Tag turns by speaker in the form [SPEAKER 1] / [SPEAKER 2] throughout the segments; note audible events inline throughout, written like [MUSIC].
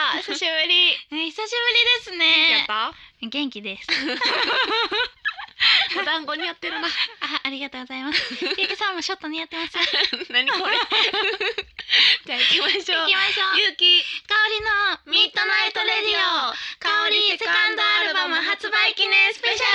[SPEAKER 1] え
[SPEAKER 2] ぶり
[SPEAKER 1] 久しぶりです
[SPEAKER 2] やっ
[SPEAKER 1] ね
[SPEAKER 2] た
[SPEAKER 1] 元気
[SPEAKER 2] [LAUGHS]
[SPEAKER 1] です
[SPEAKER 2] お団子にやってるな
[SPEAKER 1] あありがとうございますゆきさんもショット似合ってます行
[SPEAKER 2] [LAUGHS] 何
[SPEAKER 1] [LAUGHS]
[SPEAKER 2] これじゃあ行きましょう
[SPEAKER 1] きましょう
[SPEAKER 2] ゆうき
[SPEAKER 1] 香りのミッドナイトレディオ香りセカンドアルバム発売記念スペシャル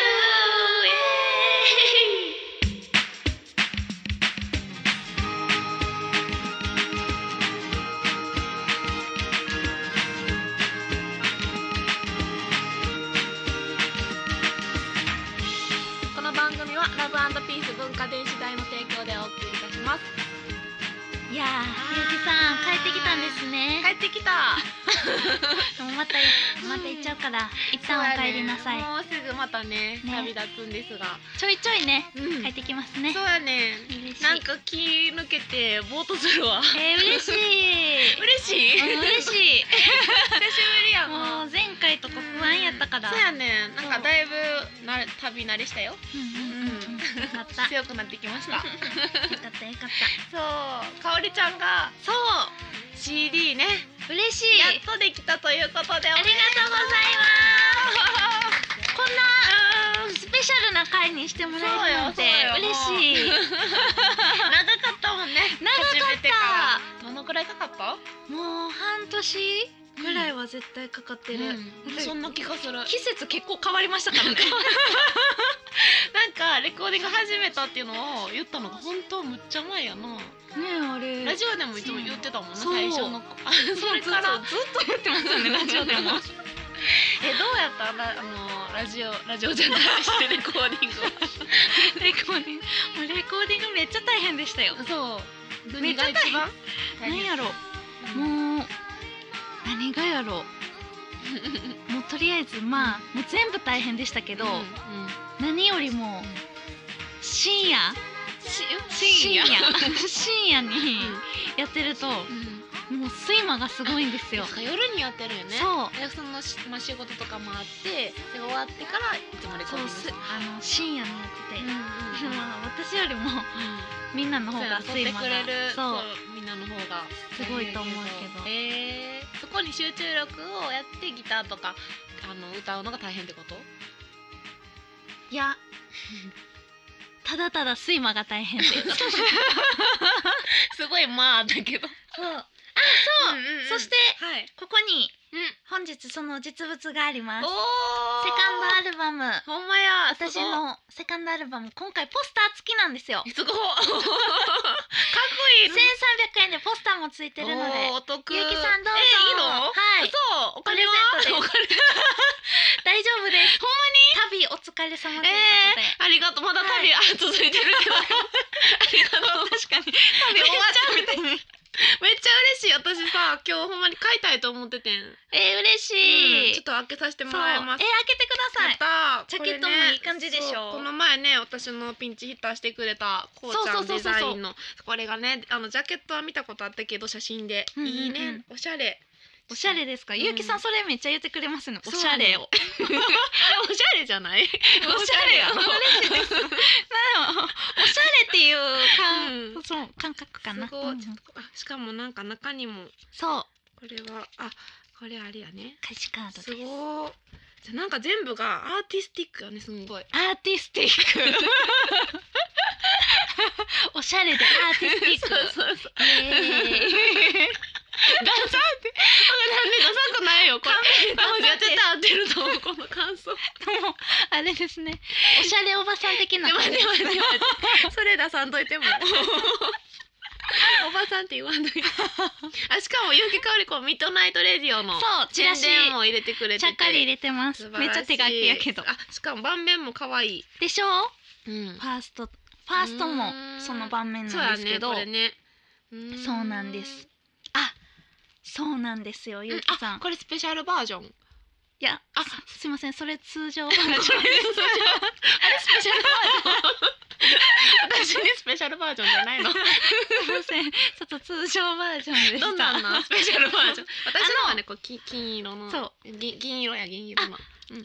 [SPEAKER 2] この番組はラブピース文化電子代の提供でお送りいたします
[SPEAKER 1] イエーイいやーゆきさん帰ってきたんですね、
[SPEAKER 2] 帰ってきた
[SPEAKER 1] でもまたまた行っちゃうから、一旦お帰りなさい、
[SPEAKER 2] そうやねもうすぐまたね
[SPEAKER 1] ね
[SPEAKER 2] 旅立つんですが、
[SPEAKER 1] ちょいちょいね
[SPEAKER 2] うん
[SPEAKER 1] 帰ってきますね
[SPEAKER 2] そうやね
[SPEAKER 1] 嬉しい
[SPEAKER 2] なんか気抜けてぼーっとするわ
[SPEAKER 1] えー、 [LAUGHS] 嬉しい
[SPEAKER 2] 嬉しい
[SPEAKER 1] うん嬉
[SPEAKER 2] [LAUGHS] 久しぶ
[SPEAKER 1] しい
[SPEAKER 2] りや
[SPEAKER 1] も
[SPEAKER 2] な
[SPEAKER 1] う前回とか不安やったから
[SPEAKER 2] そうやねなんかだいぶな旅慣れしたよ
[SPEAKER 1] うんうんうんうんよかったよ
[SPEAKER 2] 強くなってきました
[SPEAKER 1] かったよかっ
[SPEAKER 2] そうかおりちゃんがそう CD ね
[SPEAKER 1] た嬉しい
[SPEAKER 2] やっとできたということで
[SPEAKER 1] ありがとうございますこんなスペシャルな回にしてもらえるなんて
[SPEAKER 2] そうよそうよ
[SPEAKER 1] 嬉しい
[SPEAKER 2] 長かったもんね
[SPEAKER 1] 長かった
[SPEAKER 2] 始めてからどのくらいかかった
[SPEAKER 1] もう半年ぐらいは絶対かかってる、
[SPEAKER 2] うんそんな気がする
[SPEAKER 1] 季節結構変わりましたからね
[SPEAKER 2] [LAUGHS] なんかレコーディング始めたっていうのを言ったのが本当むっちゃ前やな、
[SPEAKER 1] ねあれ
[SPEAKER 2] ラジオでもいつも言ってたもんな
[SPEAKER 1] そう
[SPEAKER 2] 最初の子あ
[SPEAKER 1] オ
[SPEAKER 2] [LAUGHS] それから
[SPEAKER 1] ずっと言ってますよねラジオ
[SPEAKER 2] [LAUGHS]
[SPEAKER 1] でも
[SPEAKER 2] えどうやったらあのラジオラジオじゃないしてレコーディングは
[SPEAKER 1] レコーディングもうレコーディングめっちゃ大変でした [LAUGHS] よ
[SPEAKER 2] そう
[SPEAKER 1] め
[SPEAKER 2] 何
[SPEAKER 1] っちゃ
[SPEAKER 2] が
[SPEAKER 1] 大変何
[SPEAKER 2] 一番
[SPEAKER 1] やろ
[SPEAKER 2] うもう
[SPEAKER 1] もう何がやろ
[SPEAKER 2] [LAUGHS]
[SPEAKER 1] うもうとりあえずまあもう全部大変でしたけど、何よりも深夜
[SPEAKER 2] し
[SPEAKER 1] 深
[SPEAKER 2] 深
[SPEAKER 1] 夜
[SPEAKER 2] 夜
[SPEAKER 1] [LAUGHS] 深夜にやってると
[SPEAKER 2] うん
[SPEAKER 1] もう睡魔がすごいんですよ
[SPEAKER 2] な。んか夜にやってるよね
[SPEAKER 1] そう
[SPEAKER 2] でそのしまあ、仕事とかもあってで終わってからいつもレコ
[SPEAKER 1] そう
[SPEAKER 2] ーディング
[SPEAKER 1] す
[SPEAKER 2] る
[SPEAKER 1] あの深夜にやってて、
[SPEAKER 2] うんうんうん
[SPEAKER 1] [LAUGHS] まあ私よりもみんなの
[SPEAKER 2] そ
[SPEAKER 1] 方
[SPEAKER 2] うや
[SPEAKER 1] が
[SPEAKER 2] な撮って
[SPEAKER 1] 睡魔
[SPEAKER 2] くれる
[SPEAKER 1] が
[SPEAKER 2] そう
[SPEAKER 1] そう
[SPEAKER 2] みんなの方が
[SPEAKER 1] すごいと思うけど
[SPEAKER 2] えーそこに集中力をやってギターとかあの歌うのが大変ってこと
[SPEAKER 1] いやただただ睡魔が大変
[SPEAKER 2] [LAUGHS]
[SPEAKER 1] です。
[SPEAKER 2] [LAUGHS] すごいまあだけど
[SPEAKER 1] そう
[SPEAKER 2] そう、
[SPEAKER 1] そして
[SPEAKER 2] はい、
[SPEAKER 1] ここに
[SPEAKER 2] うん、
[SPEAKER 1] 本日その実物があります。
[SPEAKER 2] お
[SPEAKER 1] セ
[SPEAKER 2] お
[SPEAKER 1] カンドアルバム
[SPEAKER 2] ドほんまや
[SPEAKER 1] 私のセカンドアルバム今回ポスター付きなんですよ。
[SPEAKER 2] [LAUGHS] すごいかっこいい
[SPEAKER 1] 1300円でポスターも付いてるので
[SPEAKER 2] おーお得
[SPEAKER 1] ゆうきさんどうぞ
[SPEAKER 2] えいいの
[SPEAKER 1] はい
[SPEAKER 2] そうお金は
[SPEAKER 1] プレゼントです
[SPEAKER 2] お金
[SPEAKER 1] 大丈夫です。ほんまに旅お疲れ様ということで、
[SPEAKER 2] えー、ありがとうまだ旅、
[SPEAKER 1] は
[SPEAKER 2] あ [LAUGHS] 続いてるけどありがとう確かに旅終わったみたいにめっちゃ嬉しい私さ今日ほんまに買いたいと思っててん、
[SPEAKER 1] えー
[SPEAKER 2] うん
[SPEAKER 1] 嬉しい。
[SPEAKER 2] ちょっと開けさせて
[SPEAKER 1] そう
[SPEAKER 2] もらいます
[SPEAKER 1] えー開けてください。
[SPEAKER 2] やった
[SPEAKER 1] ジ
[SPEAKER 2] ー
[SPEAKER 1] ャケットも
[SPEAKER 2] これね
[SPEAKER 1] いい感じでしょ
[SPEAKER 2] そうこの前ね私のピンチヒッターしてくれたこうちゃ
[SPEAKER 1] そうんそうそうそうそ
[SPEAKER 2] デ
[SPEAKER 1] う
[SPEAKER 2] ザインのこれがねあのジャケットは見たことあったけど写真で、
[SPEAKER 1] うんうんうん
[SPEAKER 2] いいねおしゃれ
[SPEAKER 1] おしゃれですか。
[SPEAKER 2] うん
[SPEAKER 1] ゆうきさんそれめっちゃ言ってくれますね。お
[SPEAKER 2] そう
[SPEAKER 1] しゃれを。
[SPEAKER 2] [LAUGHS] おしゃれじゃないおしゃれや
[SPEAKER 1] [LAUGHS] おしゃれ
[SPEAKER 2] ろ
[SPEAKER 1] 嬉しいです。まあでもおしゃれっていう感、
[SPEAKER 2] うん
[SPEAKER 1] そう感覚かな。
[SPEAKER 2] すご
[SPEAKER 1] う
[SPEAKER 2] い
[SPEAKER 1] ん
[SPEAKER 2] ちょっとあしかもなんか中にも
[SPEAKER 1] そう
[SPEAKER 2] これはあこれあれやね
[SPEAKER 1] 歌詞カードです
[SPEAKER 2] すごーじゃあなんか全部がアーティスティックよねすんごい
[SPEAKER 1] アーティスティッ [LAUGHS] ク。おしゃれでアーティスティック。
[SPEAKER 2] そうそうそう
[SPEAKER 1] イエーイ
[SPEAKER 2] ダサってなんでダサくないよこれあ
[SPEAKER 1] ダサ
[SPEAKER 2] や
[SPEAKER 1] っ
[SPEAKER 2] っててた合ってると思うこの感想
[SPEAKER 1] もうあれですね。おしゃれおばさん的な。
[SPEAKER 2] でもでもでもそれ出さんといてもおばさんって言わんと
[SPEAKER 1] [LAUGHS]
[SPEAKER 2] いてあしかも結城かおりこミッドナイトレディオの
[SPEAKER 1] そう、チラシ。
[SPEAKER 2] 宣伝も入れてくれて
[SPEAKER 1] ちゃ
[SPEAKER 2] て
[SPEAKER 1] っかり入れてます。
[SPEAKER 2] 素晴
[SPEAKER 1] めっ
[SPEAKER 2] ら
[SPEAKER 1] ち
[SPEAKER 2] しい
[SPEAKER 1] ゃ手書きやけど。
[SPEAKER 2] あしかも盤面も可愛い
[SPEAKER 1] でしょ
[SPEAKER 2] うん
[SPEAKER 1] ファースト。ファーストもその盤面
[SPEAKER 2] そう
[SPEAKER 1] なん
[SPEAKER 2] や
[SPEAKER 1] ですけ
[SPEAKER 2] ね
[SPEAKER 1] ど。
[SPEAKER 2] これね
[SPEAKER 1] そうなんですあ、そうなんですよ、ゆうきさん。
[SPEAKER 2] これスペシャルバージョン
[SPEAKER 1] いや、あ
[SPEAKER 2] あ、
[SPEAKER 1] すいません、それ通常バ [LAUGHS] ージョン。
[SPEAKER 2] あれスペシャルバージョン私にスペシャルバージョンじゃないの
[SPEAKER 1] すいません、ちょっと通常バージョンでした。
[SPEAKER 2] [LAUGHS] どんなんなんスペシャルバージョン私の
[SPEAKER 1] あ
[SPEAKER 2] は
[SPEAKER 1] の
[SPEAKER 2] ねこうき金色の
[SPEAKER 1] そう
[SPEAKER 2] 銀銀色や銀色の
[SPEAKER 1] 目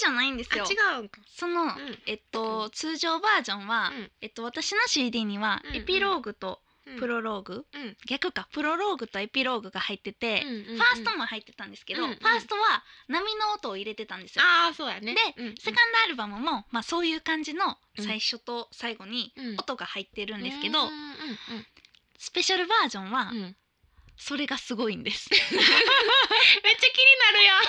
[SPEAKER 1] じゃないんですよ。
[SPEAKER 2] あ違うんか
[SPEAKER 1] その、
[SPEAKER 2] うん
[SPEAKER 1] えっと、通常バージョンは、
[SPEAKER 2] うん
[SPEAKER 1] えっと、私の CD には、
[SPEAKER 2] うんうん
[SPEAKER 1] エピローグとプロローグ、
[SPEAKER 2] うんうん
[SPEAKER 1] 逆かプロローグとエピローグが入ってて、
[SPEAKER 2] うんうんうん
[SPEAKER 1] ファーストも入ってたんですけど、
[SPEAKER 2] うんうん
[SPEAKER 1] ファーストは波の音を入れてたんですよ。
[SPEAKER 2] ああそうやね
[SPEAKER 1] で
[SPEAKER 2] うんうん
[SPEAKER 1] セカンドアルバムも、まあ、そういう感じの最初と最後に
[SPEAKER 2] うん
[SPEAKER 1] 音が入ってるんですけど、
[SPEAKER 2] うんう
[SPEAKER 1] スペシャルバージョンは
[SPEAKER 2] んうんうん
[SPEAKER 1] それがすごいんです。 [LAUGHS]
[SPEAKER 2] めっちゃ気になるやん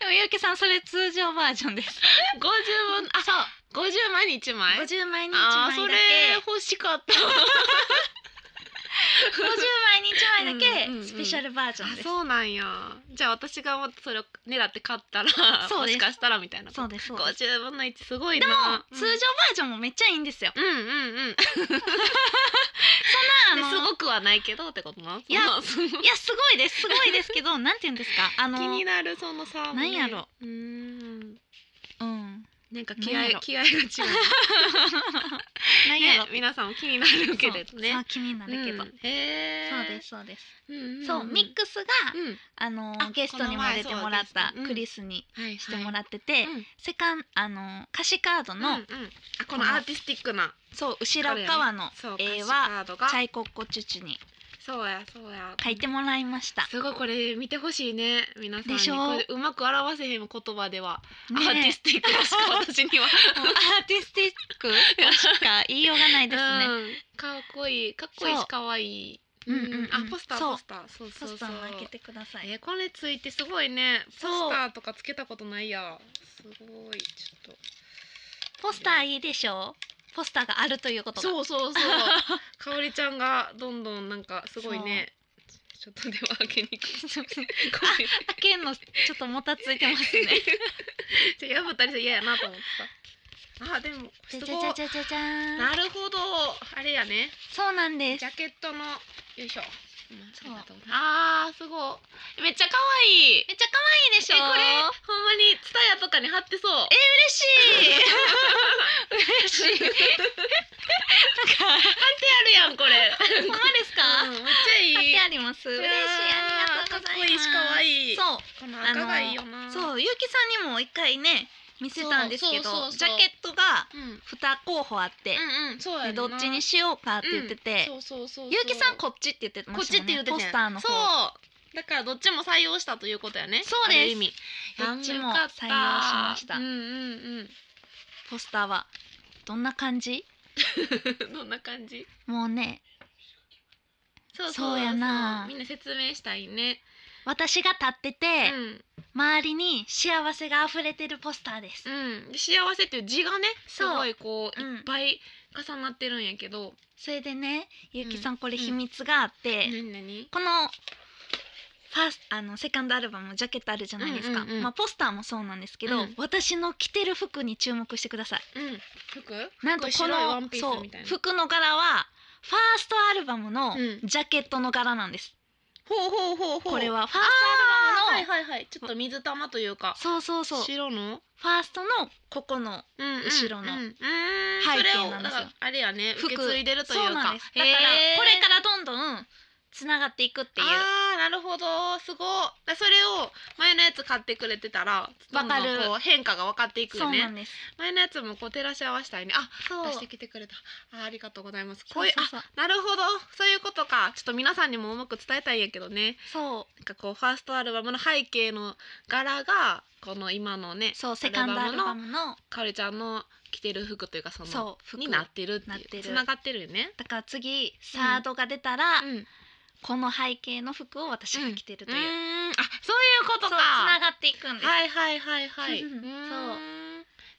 [SPEAKER 1] でもゆうきさんそれ通常バージョンです。
[SPEAKER 2] 50分あ
[SPEAKER 1] そう
[SPEAKER 2] 50枚に1枚
[SPEAKER 1] 50枚に1
[SPEAKER 2] あー
[SPEAKER 1] 枚
[SPEAKER 2] そ
[SPEAKER 1] だ
[SPEAKER 2] れ
[SPEAKER 1] け
[SPEAKER 2] 欲しかった
[SPEAKER 1] 50枚に1枚
[SPEAKER 2] うんうん
[SPEAKER 1] だ
[SPEAKER 2] うん
[SPEAKER 1] けスペシャルバージョン
[SPEAKER 2] あ
[SPEAKER 1] です。
[SPEAKER 2] そうなんやじゃあ私がまたそれを狙って買ったら
[SPEAKER 1] そう
[SPEAKER 2] も
[SPEAKER 1] です
[SPEAKER 2] しかしたらみたいな
[SPEAKER 1] そうですそうです。
[SPEAKER 2] 50分の1すごい
[SPEAKER 1] で
[SPEAKER 2] な
[SPEAKER 1] も、
[SPEAKER 2] うん
[SPEAKER 1] 通常バージョンもめっちゃいいんですよ。
[SPEAKER 2] うんうんうん
[SPEAKER 1] [LAUGHS] あの
[SPEAKER 2] ですごくはないけどってことな。
[SPEAKER 1] いや
[SPEAKER 2] そのその
[SPEAKER 1] いやすごいですすごいですけ
[SPEAKER 2] [LAUGHS]
[SPEAKER 1] どなんて言うんですかあの
[SPEAKER 2] 気になるそのさ、
[SPEAKER 1] なんやろ。
[SPEAKER 2] うーん。
[SPEAKER 1] うん
[SPEAKER 2] なんか
[SPEAKER 1] なん
[SPEAKER 2] 気
[SPEAKER 1] やろ
[SPEAKER 2] 合気合
[SPEAKER 1] [LAUGHS]
[SPEAKER 2] が違う。
[SPEAKER 1] なんやろ
[SPEAKER 2] ね、皆さんも気になるけれど
[SPEAKER 1] そうそう
[SPEAKER 2] ね。
[SPEAKER 1] 気になるけど、
[SPEAKER 2] うんへえ。
[SPEAKER 1] そうです。そうです、
[SPEAKER 2] うんうんうん。
[SPEAKER 1] そうミックスが
[SPEAKER 2] うん。
[SPEAKER 1] あの
[SPEAKER 2] あ
[SPEAKER 1] ゲストにも出てもらっ
[SPEAKER 2] この
[SPEAKER 1] た
[SPEAKER 2] 前そうですうん
[SPEAKER 1] クリスに
[SPEAKER 2] はい
[SPEAKER 1] しても
[SPEAKER 2] っ
[SPEAKER 1] らってて、
[SPEAKER 2] うん
[SPEAKER 1] セカンあの歌詞カード
[SPEAKER 2] た
[SPEAKER 1] の、
[SPEAKER 2] うんうんあこのアーティスティックな。
[SPEAKER 1] そう後ろ側の
[SPEAKER 2] そう。
[SPEAKER 1] 絵は
[SPEAKER 2] 歌詞カード
[SPEAKER 1] チ
[SPEAKER 2] が。
[SPEAKER 1] ャイコッコチュチュに
[SPEAKER 2] そうやそうや。
[SPEAKER 1] 書いてもらいました、
[SPEAKER 2] すごいこれ見てほしいね皆さんに
[SPEAKER 1] でしょ
[SPEAKER 2] これうまく表せへん言葉では、
[SPEAKER 1] ねえ
[SPEAKER 2] アーティスティックらしか私には
[SPEAKER 1] もうアーティスティックとしか言いようがないですね、
[SPEAKER 2] うん、かっこいいかっこいい
[SPEAKER 1] そう
[SPEAKER 2] しかわいい
[SPEAKER 1] うんうんうん
[SPEAKER 2] あポスター
[SPEAKER 1] そう
[SPEAKER 2] ポスターそう
[SPEAKER 1] ポ
[SPEAKER 2] そう
[SPEAKER 1] ス
[SPEAKER 2] そ
[SPEAKER 1] タ
[SPEAKER 2] う
[SPEAKER 1] ーも開けてください
[SPEAKER 2] えーこれついてすごいねポスタ
[SPEAKER 1] そう
[SPEAKER 2] ーとかつけたことないやすごいちょっ
[SPEAKER 1] ポスターいいでしょうポスターがあるということ
[SPEAKER 2] と
[SPEAKER 1] が
[SPEAKER 2] そうそうそう [LAUGHS] かおりちゃんがどんどんなんかすごいねちょっとでは開けにくいごめん
[SPEAKER 1] 開けんのちょっともたついてます
[SPEAKER 2] [LAUGHS]
[SPEAKER 1] ね。 [LAUGHS]
[SPEAKER 2] じゃあ破ったりして嫌やなと思ってさあでも
[SPEAKER 1] じ
[SPEAKER 2] す
[SPEAKER 1] ゃじ
[SPEAKER 2] ご
[SPEAKER 1] ゃ
[SPEAKER 2] い
[SPEAKER 1] じゃじゃじゃじゃーん。
[SPEAKER 2] なるほどあれやね
[SPEAKER 1] そうなんです
[SPEAKER 2] ジ。ャケットのよいしょ
[SPEAKER 1] そう
[SPEAKER 2] ありがとうございますあーすごいめっちゃ可愛い
[SPEAKER 1] めっちゃ可愛いでしょ。
[SPEAKER 2] えこれほんまにツタヤとかに貼ってそう
[SPEAKER 1] 嬉しい。嬉しい。なんか
[SPEAKER 2] 貼ってあるやんこれ
[SPEAKER 1] ほんまですか？
[SPEAKER 2] うんめっちゃい
[SPEAKER 1] 貼っ
[SPEAKER 2] い
[SPEAKER 1] てあります。嬉しい。ありがとうございます。
[SPEAKER 2] かっこいいしか
[SPEAKER 1] そ
[SPEAKER 2] この赤がいいよな
[SPEAKER 1] うそうゆうきさんにも一回ね見せたんですけ
[SPEAKER 2] そうそうそ
[SPEAKER 1] ど、
[SPEAKER 2] うそう
[SPEAKER 1] ジャケットが
[SPEAKER 2] うん、うん
[SPEAKER 1] 二候補あって、
[SPEAKER 2] うんそうや
[SPEAKER 1] で
[SPEAKER 2] んな
[SPEAKER 1] どっちにしようかって言ってて、
[SPEAKER 2] うんそうそうそうそう
[SPEAKER 1] ゆうきさんこっちって言ってま
[SPEAKER 2] こっ
[SPEAKER 1] した
[SPEAKER 2] ち
[SPEAKER 1] も
[SPEAKER 2] っ
[SPEAKER 1] ん
[SPEAKER 2] て
[SPEAKER 1] ね。
[SPEAKER 2] 言ってた
[SPEAKER 1] ポスターの方。
[SPEAKER 2] そうだからどっちも採用したということやね
[SPEAKER 1] そうです
[SPEAKER 2] ある意味
[SPEAKER 1] どっちも
[SPEAKER 2] やんよかた
[SPEAKER 1] 採用しました
[SPEAKER 2] うんうん
[SPEAKER 1] ポスターはどんな感じ？
[SPEAKER 2] うんどんな感じ
[SPEAKER 1] もうね
[SPEAKER 2] そうそう
[SPEAKER 1] そうやな
[SPEAKER 2] みんな説明したいね
[SPEAKER 1] 私が立ってて、
[SPEAKER 2] うん
[SPEAKER 1] 周りに幸せが溢れてるポスターです、
[SPEAKER 2] うん、幸せっていう字がねす
[SPEAKER 1] そう
[SPEAKER 2] ごいこう
[SPEAKER 1] うん
[SPEAKER 2] いっぱい重なってるんやけど、
[SPEAKER 1] それでねゆうきさんこれ
[SPEAKER 2] うん
[SPEAKER 1] 秘密があって、
[SPEAKER 2] 何何
[SPEAKER 1] このファースあのセカンドアルバムのジャケットあるじゃないですか、
[SPEAKER 2] うんうんうん
[SPEAKER 1] まあ、ポスターもそうなんですけど、
[SPEAKER 2] うん
[SPEAKER 1] 私の着てる服に注目してください
[SPEAKER 2] うん服
[SPEAKER 1] なんとこ
[SPEAKER 2] こ白いワ
[SPEAKER 1] の
[SPEAKER 2] ンピー
[SPEAKER 1] そ
[SPEAKER 2] ス
[SPEAKER 1] う
[SPEAKER 2] みたいな
[SPEAKER 1] 服の柄はファーストアルバムの
[SPEAKER 2] うん
[SPEAKER 1] ジャケットの柄なんです、
[SPEAKER 2] ほうほうほうほう
[SPEAKER 1] これはファース
[SPEAKER 2] あ
[SPEAKER 1] トア
[SPEAKER 2] は
[SPEAKER 1] ルバム
[SPEAKER 2] い
[SPEAKER 1] の、
[SPEAKER 2] はいはいちょっと水玉というか
[SPEAKER 1] そうそうそうフ
[SPEAKER 2] 白の、
[SPEAKER 1] ァーストのここの
[SPEAKER 2] うんうん
[SPEAKER 1] 後ろの
[SPEAKER 2] うんうん
[SPEAKER 1] 背景なんですよ
[SPEAKER 2] それをだからあれやね
[SPEAKER 1] 服
[SPEAKER 2] 受け継いでるというか
[SPEAKER 1] そうなんですだから
[SPEAKER 2] へー
[SPEAKER 1] これからどんどんつながっていくっていう
[SPEAKER 2] あーなるほどすごいだそれを前のやつ買ってくれてたらどんどん
[SPEAKER 1] わかる
[SPEAKER 2] こう変化が分かっていく
[SPEAKER 1] そ
[SPEAKER 2] よ
[SPEAKER 1] うなん
[SPEAKER 2] ね
[SPEAKER 1] です
[SPEAKER 2] 前のやつもこう照らし合わせたいねあ
[SPEAKER 1] そう
[SPEAKER 2] 出してきてくれたあーありがとうございますこ
[SPEAKER 1] そうう
[SPEAKER 2] いう
[SPEAKER 1] そうそう
[SPEAKER 2] あなるほどそういうことかちょっと皆さんにもうまく伝えたいんやけどね
[SPEAKER 1] そう
[SPEAKER 2] なんかこうファーストアルバムの背景の柄がこの今のね
[SPEAKER 1] そうセカンドアルバムの
[SPEAKER 2] かおりちゃんの着てる服というかその
[SPEAKER 1] そう服
[SPEAKER 2] になってる
[SPEAKER 1] な
[SPEAKER 2] っ
[SPEAKER 1] ってて
[SPEAKER 2] いう
[SPEAKER 1] る
[SPEAKER 2] つながってるよね。
[SPEAKER 1] だから次サードが出たら、
[SPEAKER 2] うん、
[SPEAKER 1] この背景の服を私が着てるという、
[SPEAKER 2] う
[SPEAKER 1] そうん
[SPEAKER 2] あそういうこと
[SPEAKER 1] つ
[SPEAKER 2] か。
[SPEAKER 1] ながっていくんです、
[SPEAKER 2] はいはいはいはい。
[SPEAKER 1] [LAUGHS] うん
[SPEAKER 2] ん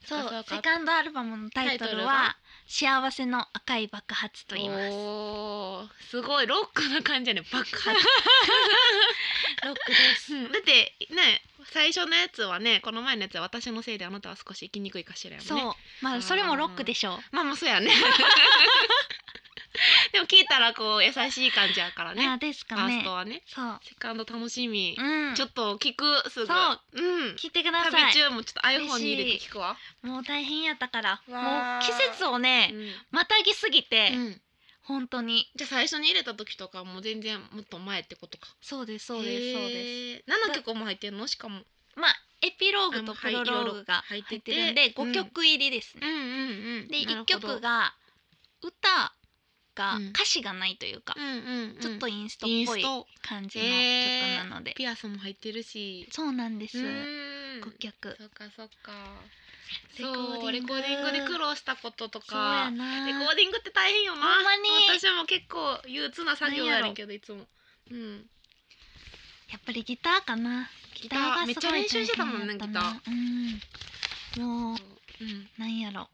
[SPEAKER 1] そう
[SPEAKER 2] そうか
[SPEAKER 1] セカンドアルバムのタイトルは「幸せの赤い爆発」と言います [LAUGHS] ロ
[SPEAKER 2] おーすごいロックな感じやね爆発だ
[SPEAKER 1] ックです
[SPEAKER 2] ってね最初のやつはねこの前のやつは私のせいであなたは少し生きにくいかしらやもんね
[SPEAKER 1] そう、まあそれもロックでしょう
[SPEAKER 2] まあまあそう
[SPEAKER 1] [LAUGHS]
[SPEAKER 2] やねでも聞いたらこう優しい感じやから
[SPEAKER 1] あ
[SPEAKER 2] ね
[SPEAKER 1] です
[SPEAKER 2] フ
[SPEAKER 1] か
[SPEAKER 2] ァース
[SPEAKER 1] ね
[SPEAKER 2] トはね
[SPEAKER 1] そう
[SPEAKER 2] セカンド楽しみ、
[SPEAKER 1] うん
[SPEAKER 2] ちょっと聞くすぐ
[SPEAKER 1] そう
[SPEAKER 2] うん
[SPEAKER 1] 聞いてくださ
[SPEAKER 2] 旅
[SPEAKER 1] い
[SPEAKER 2] 中もちょっと iPhone に入れ
[SPEAKER 1] 嬉
[SPEAKER 2] て
[SPEAKER 1] し
[SPEAKER 2] 聞くわ、
[SPEAKER 1] もう大変やったからも
[SPEAKER 2] わ
[SPEAKER 1] う
[SPEAKER 2] ー
[SPEAKER 1] 季節をね
[SPEAKER 2] うん
[SPEAKER 1] またぎすぎて、
[SPEAKER 2] うん
[SPEAKER 1] 本当に
[SPEAKER 2] じゃあ最初に入れた時とかもう全然もっと前ってことか
[SPEAKER 1] そうですそうですそうです
[SPEAKER 2] す何の曲も入ってんのしかも
[SPEAKER 1] まあエピロー
[SPEAKER 2] あ
[SPEAKER 1] グと
[SPEAKER 2] のは
[SPEAKER 1] プ
[SPEAKER 2] い
[SPEAKER 1] ロローグが入
[SPEAKER 2] いろいろ入
[SPEAKER 1] っ
[SPEAKER 2] って
[SPEAKER 1] て
[SPEAKER 2] て
[SPEAKER 1] るんで
[SPEAKER 2] うん
[SPEAKER 1] 5曲入りですね。
[SPEAKER 2] んうんうん
[SPEAKER 1] で
[SPEAKER 2] なる
[SPEAKER 1] 1
[SPEAKER 2] ほど
[SPEAKER 1] 曲が歌か、
[SPEAKER 2] うん
[SPEAKER 1] 歌詞がないというか、
[SPEAKER 2] うんうんうん
[SPEAKER 1] ちょっとインストっ
[SPEAKER 2] イン
[SPEAKER 1] ぽ
[SPEAKER 2] ス
[SPEAKER 1] い
[SPEAKER 2] ト
[SPEAKER 1] 感じの
[SPEAKER 2] え
[SPEAKER 1] 曲なので、
[SPEAKER 2] ピアスも入ってるし
[SPEAKER 1] そうなんです、
[SPEAKER 2] うん
[SPEAKER 1] 顧客
[SPEAKER 2] そっかそっか
[SPEAKER 1] レコ
[SPEAKER 2] そう
[SPEAKER 1] ーディ
[SPEAKER 2] レ
[SPEAKER 1] ング
[SPEAKER 2] コーディングで苦労したことと
[SPEAKER 1] そうや
[SPEAKER 2] か
[SPEAKER 1] な
[SPEAKER 2] レコーディングって大変よな
[SPEAKER 1] ほんまに
[SPEAKER 2] 私も結構憂鬱な作業やねんけどいつもうん
[SPEAKER 1] やっぱりギターかなギターが
[SPEAKER 2] めっ
[SPEAKER 1] す
[SPEAKER 2] ちゃ
[SPEAKER 1] ごい
[SPEAKER 2] 練習してたもんね
[SPEAKER 1] 大
[SPEAKER 2] ギタ
[SPEAKER 1] 変
[SPEAKER 2] ー
[SPEAKER 1] やったなうんもう
[SPEAKER 2] うん
[SPEAKER 1] なんやろ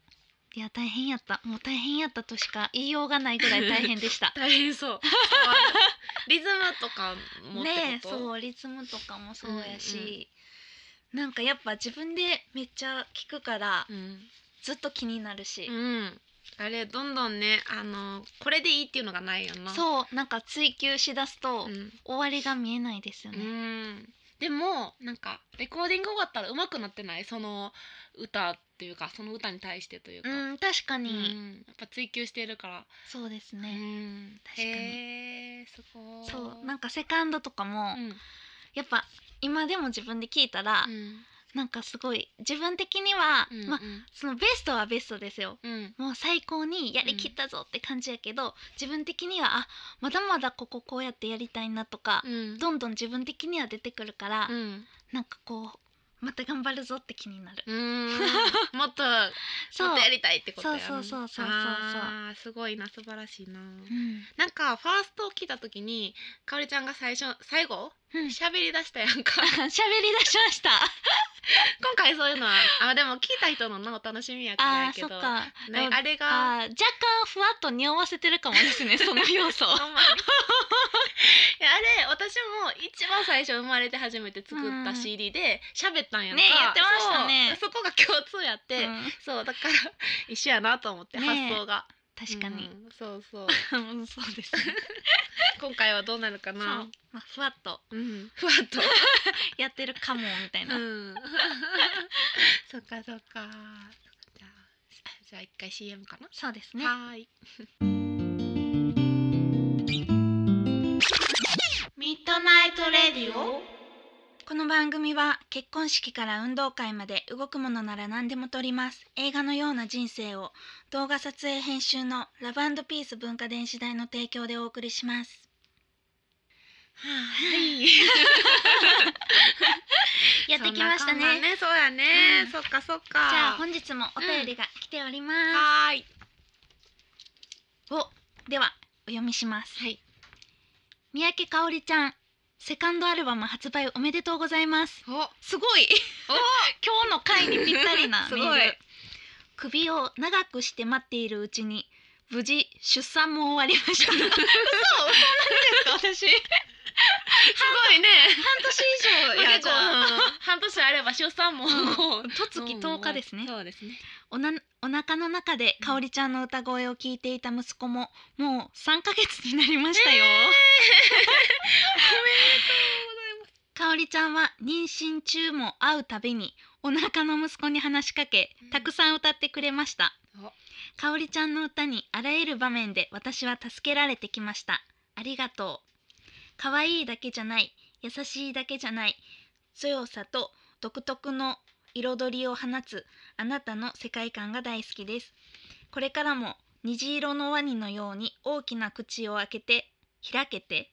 [SPEAKER 1] いや大変やったもう大変やったとしか言いようがないぐらい大変で
[SPEAKER 2] [LAUGHS]
[SPEAKER 1] した
[SPEAKER 2] 大変そう
[SPEAKER 1] [LAUGHS]
[SPEAKER 2] リズムとかもって
[SPEAKER 1] ねえ
[SPEAKER 2] こと
[SPEAKER 1] そうリズムとかもそうやし、なんかやっぱ自分でめっちゃ聞くから、
[SPEAKER 2] うん
[SPEAKER 1] ずっと気になるし、
[SPEAKER 2] うんあれどんどんねあのこれでいいっていうのがないよなう
[SPEAKER 1] そうなんか追求しだすと、
[SPEAKER 2] ん
[SPEAKER 1] 終わりが見えないですよ
[SPEAKER 2] う
[SPEAKER 1] ね、
[SPEAKER 2] んでもなんかレコーディング終わったら上手くなってないその歌っていうかその歌に対してというか、
[SPEAKER 1] うん、確か
[SPEAKER 2] う
[SPEAKER 1] に、
[SPEAKER 2] んやっぱ追求してるから、
[SPEAKER 1] そうです
[SPEAKER 2] う
[SPEAKER 1] ね、
[SPEAKER 2] ん
[SPEAKER 1] 確かに
[SPEAKER 2] へーすごい
[SPEAKER 1] そうなんかセカンドとかも、
[SPEAKER 2] うん
[SPEAKER 1] やっぱ今でも自分で聞いたら、
[SPEAKER 2] うん
[SPEAKER 1] なんかすごい自分的には、
[SPEAKER 2] うん
[SPEAKER 1] まあそのベストはベストですよ
[SPEAKER 2] うんうん
[SPEAKER 1] もう最高にやりきったぞって感じやけど、自分的にはあまだまだこここうやってやりたいなとか、
[SPEAKER 2] うん
[SPEAKER 1] どんどん自分的には出てくるから、
[SPEAKER 2] うん
[SPEAKER 1] なんかこうまた頑張るぞって気になる
[SPEAKER 2] う
[SPEAKER 1] [LAUGHS]
[SPEAKER 2] ーんもっともっとやりたいってことやな
[SPEAKER 1] そうそうそうそうそうそう
[SPEAKER 2] あーすごいな素晴らしいな
[SPEAKER 1] うん
[SPEAKER 2] なんかファーストを聞いた時にかおりちゃんが最初最後
[SPEAKER 1] うん喋り
[SPEAKER 2] [LAUGHS] 喋り出したやんか
[SPEAKER 1] 出しました
[SPEAKER 2] 今回そういうのはあでも聞いた人のなお楽しみやから
[SPEAKER 1] あ
[SPEAKER 2] や
[SPEAKER 1] ー
[SPEAKER 2] [LAUGHS] け
[SPEAKER 1] そ
[SPEAKER 2] ど
[SPEAKER 1] っか
[SPEAKER 2] ね、あれ
[SPEAKER 1] あ
[SPEAKER 2] が
[SPEAKER 1] ー若干ふわっと匂わせてるかもです
[SPEAKER 2] [LAUGHS]
[SPEAKER 1] ねその要素
[SPEAKER 2] ほんまにいやあれ私も一番最初生まれて初めて作っ
[SPEAKER 1] う
[SPEAKER 2] た
[SPEAKER 1] ん
[SPEAKER 2] CD で喋ったんやんか
[SPEAKER 1] ね言ってましたね
[SPEAKER 2] そうそこが共通やって、
[SPEAKER 1] うん
[SPEAKER 2] そうだから一緒やなと思って、
[SPEAKER 1] ね
[SPEAKER 2] 発想が
[SPEAKER 1] 確かに、
[SPEAKER 2] うんそうそう [LAUGHS]
[SPEAKER 1] うんそうですね
[SPEAKER 2] 今回はどうなるか
[SPEAKER 1] そう、
[SPEAKER 2] な
[SPEAKER 1] まあ、 [LAUGHS] ふわっと
[SPEAKER 2] うんふわっと
[SPEAKER 1] やってるかもみたいな、 [LAUGHS]
[SPEAKER 2] うんそっかそっかじゃあじゃあ一回 CM かな
[SPEAKER 1] そうですね
[SPEAKER 2] はーい。ミッドナイトレディオ。
[SPEAKER 1] この番組は結婚式から運動会まで動くものなら何でも撮ります映画のような人生を動画撮影編集のラブピース文化電子代の提供でお送りします
[SPEAKER 2] はい。
[SPEAKER 1] やってきましたね
[SPEAKER 2] そんなこんなそうやね
[SPEAKER 1] う。ん
[SPEAKER 2] そっかそっか。じ
[SPEAKER 1] じゃあ本日もお便りが来ておりま
[SPEAKER 2] はーい。
[SPEAKER 1] す、おではお読みします
[SPEAKER 2] はい。
[SPEAKER 1] 三宅香織ちゃんセカンドアルバム発売おめでとうございます
[SPEAKER 2] お。
[SPEAKER 1] すごい
[SPEAKER 2] お
[SPEAKER 1] 今日の回にぴったり [LAUGHS] な
[SPEAKER 2] すごい
[SPEAKER 1] メール首を長くして待っているうちに無事出産も終わりました嘘そんなんですか私
[SPEAKER 2] すご [LAUGHS] いね。
[SPEAKER 1] 半年以上や
[SPEAKER 2] 結構半年あれば出産も。
[SPEAKER 1] 十月10日ですね
[SPEAKER 2] そうですね。
[SPEAKER 1] おなお腹の中で香織ちゃんの歌声を聞いていた息子ももう3ヶ月になりましたよ、香織ちゃんは妊娠中も会うたびにお腹の息子に話しかけ
[SPEAKER 2] うん
[SPEAKER 1] たくさん歌ってくれました
[SPEAKER 2] お
[SPEAKER 1] 香織ちゃんの歌にあらゆる場面で私は助けられてきましたありがとう可愛いだけじゃない優しいだけじゃない強さと独特の彩りを放つあなたの世界観が大好きですこれからも虹色のワニのように大きな口を開けて開けて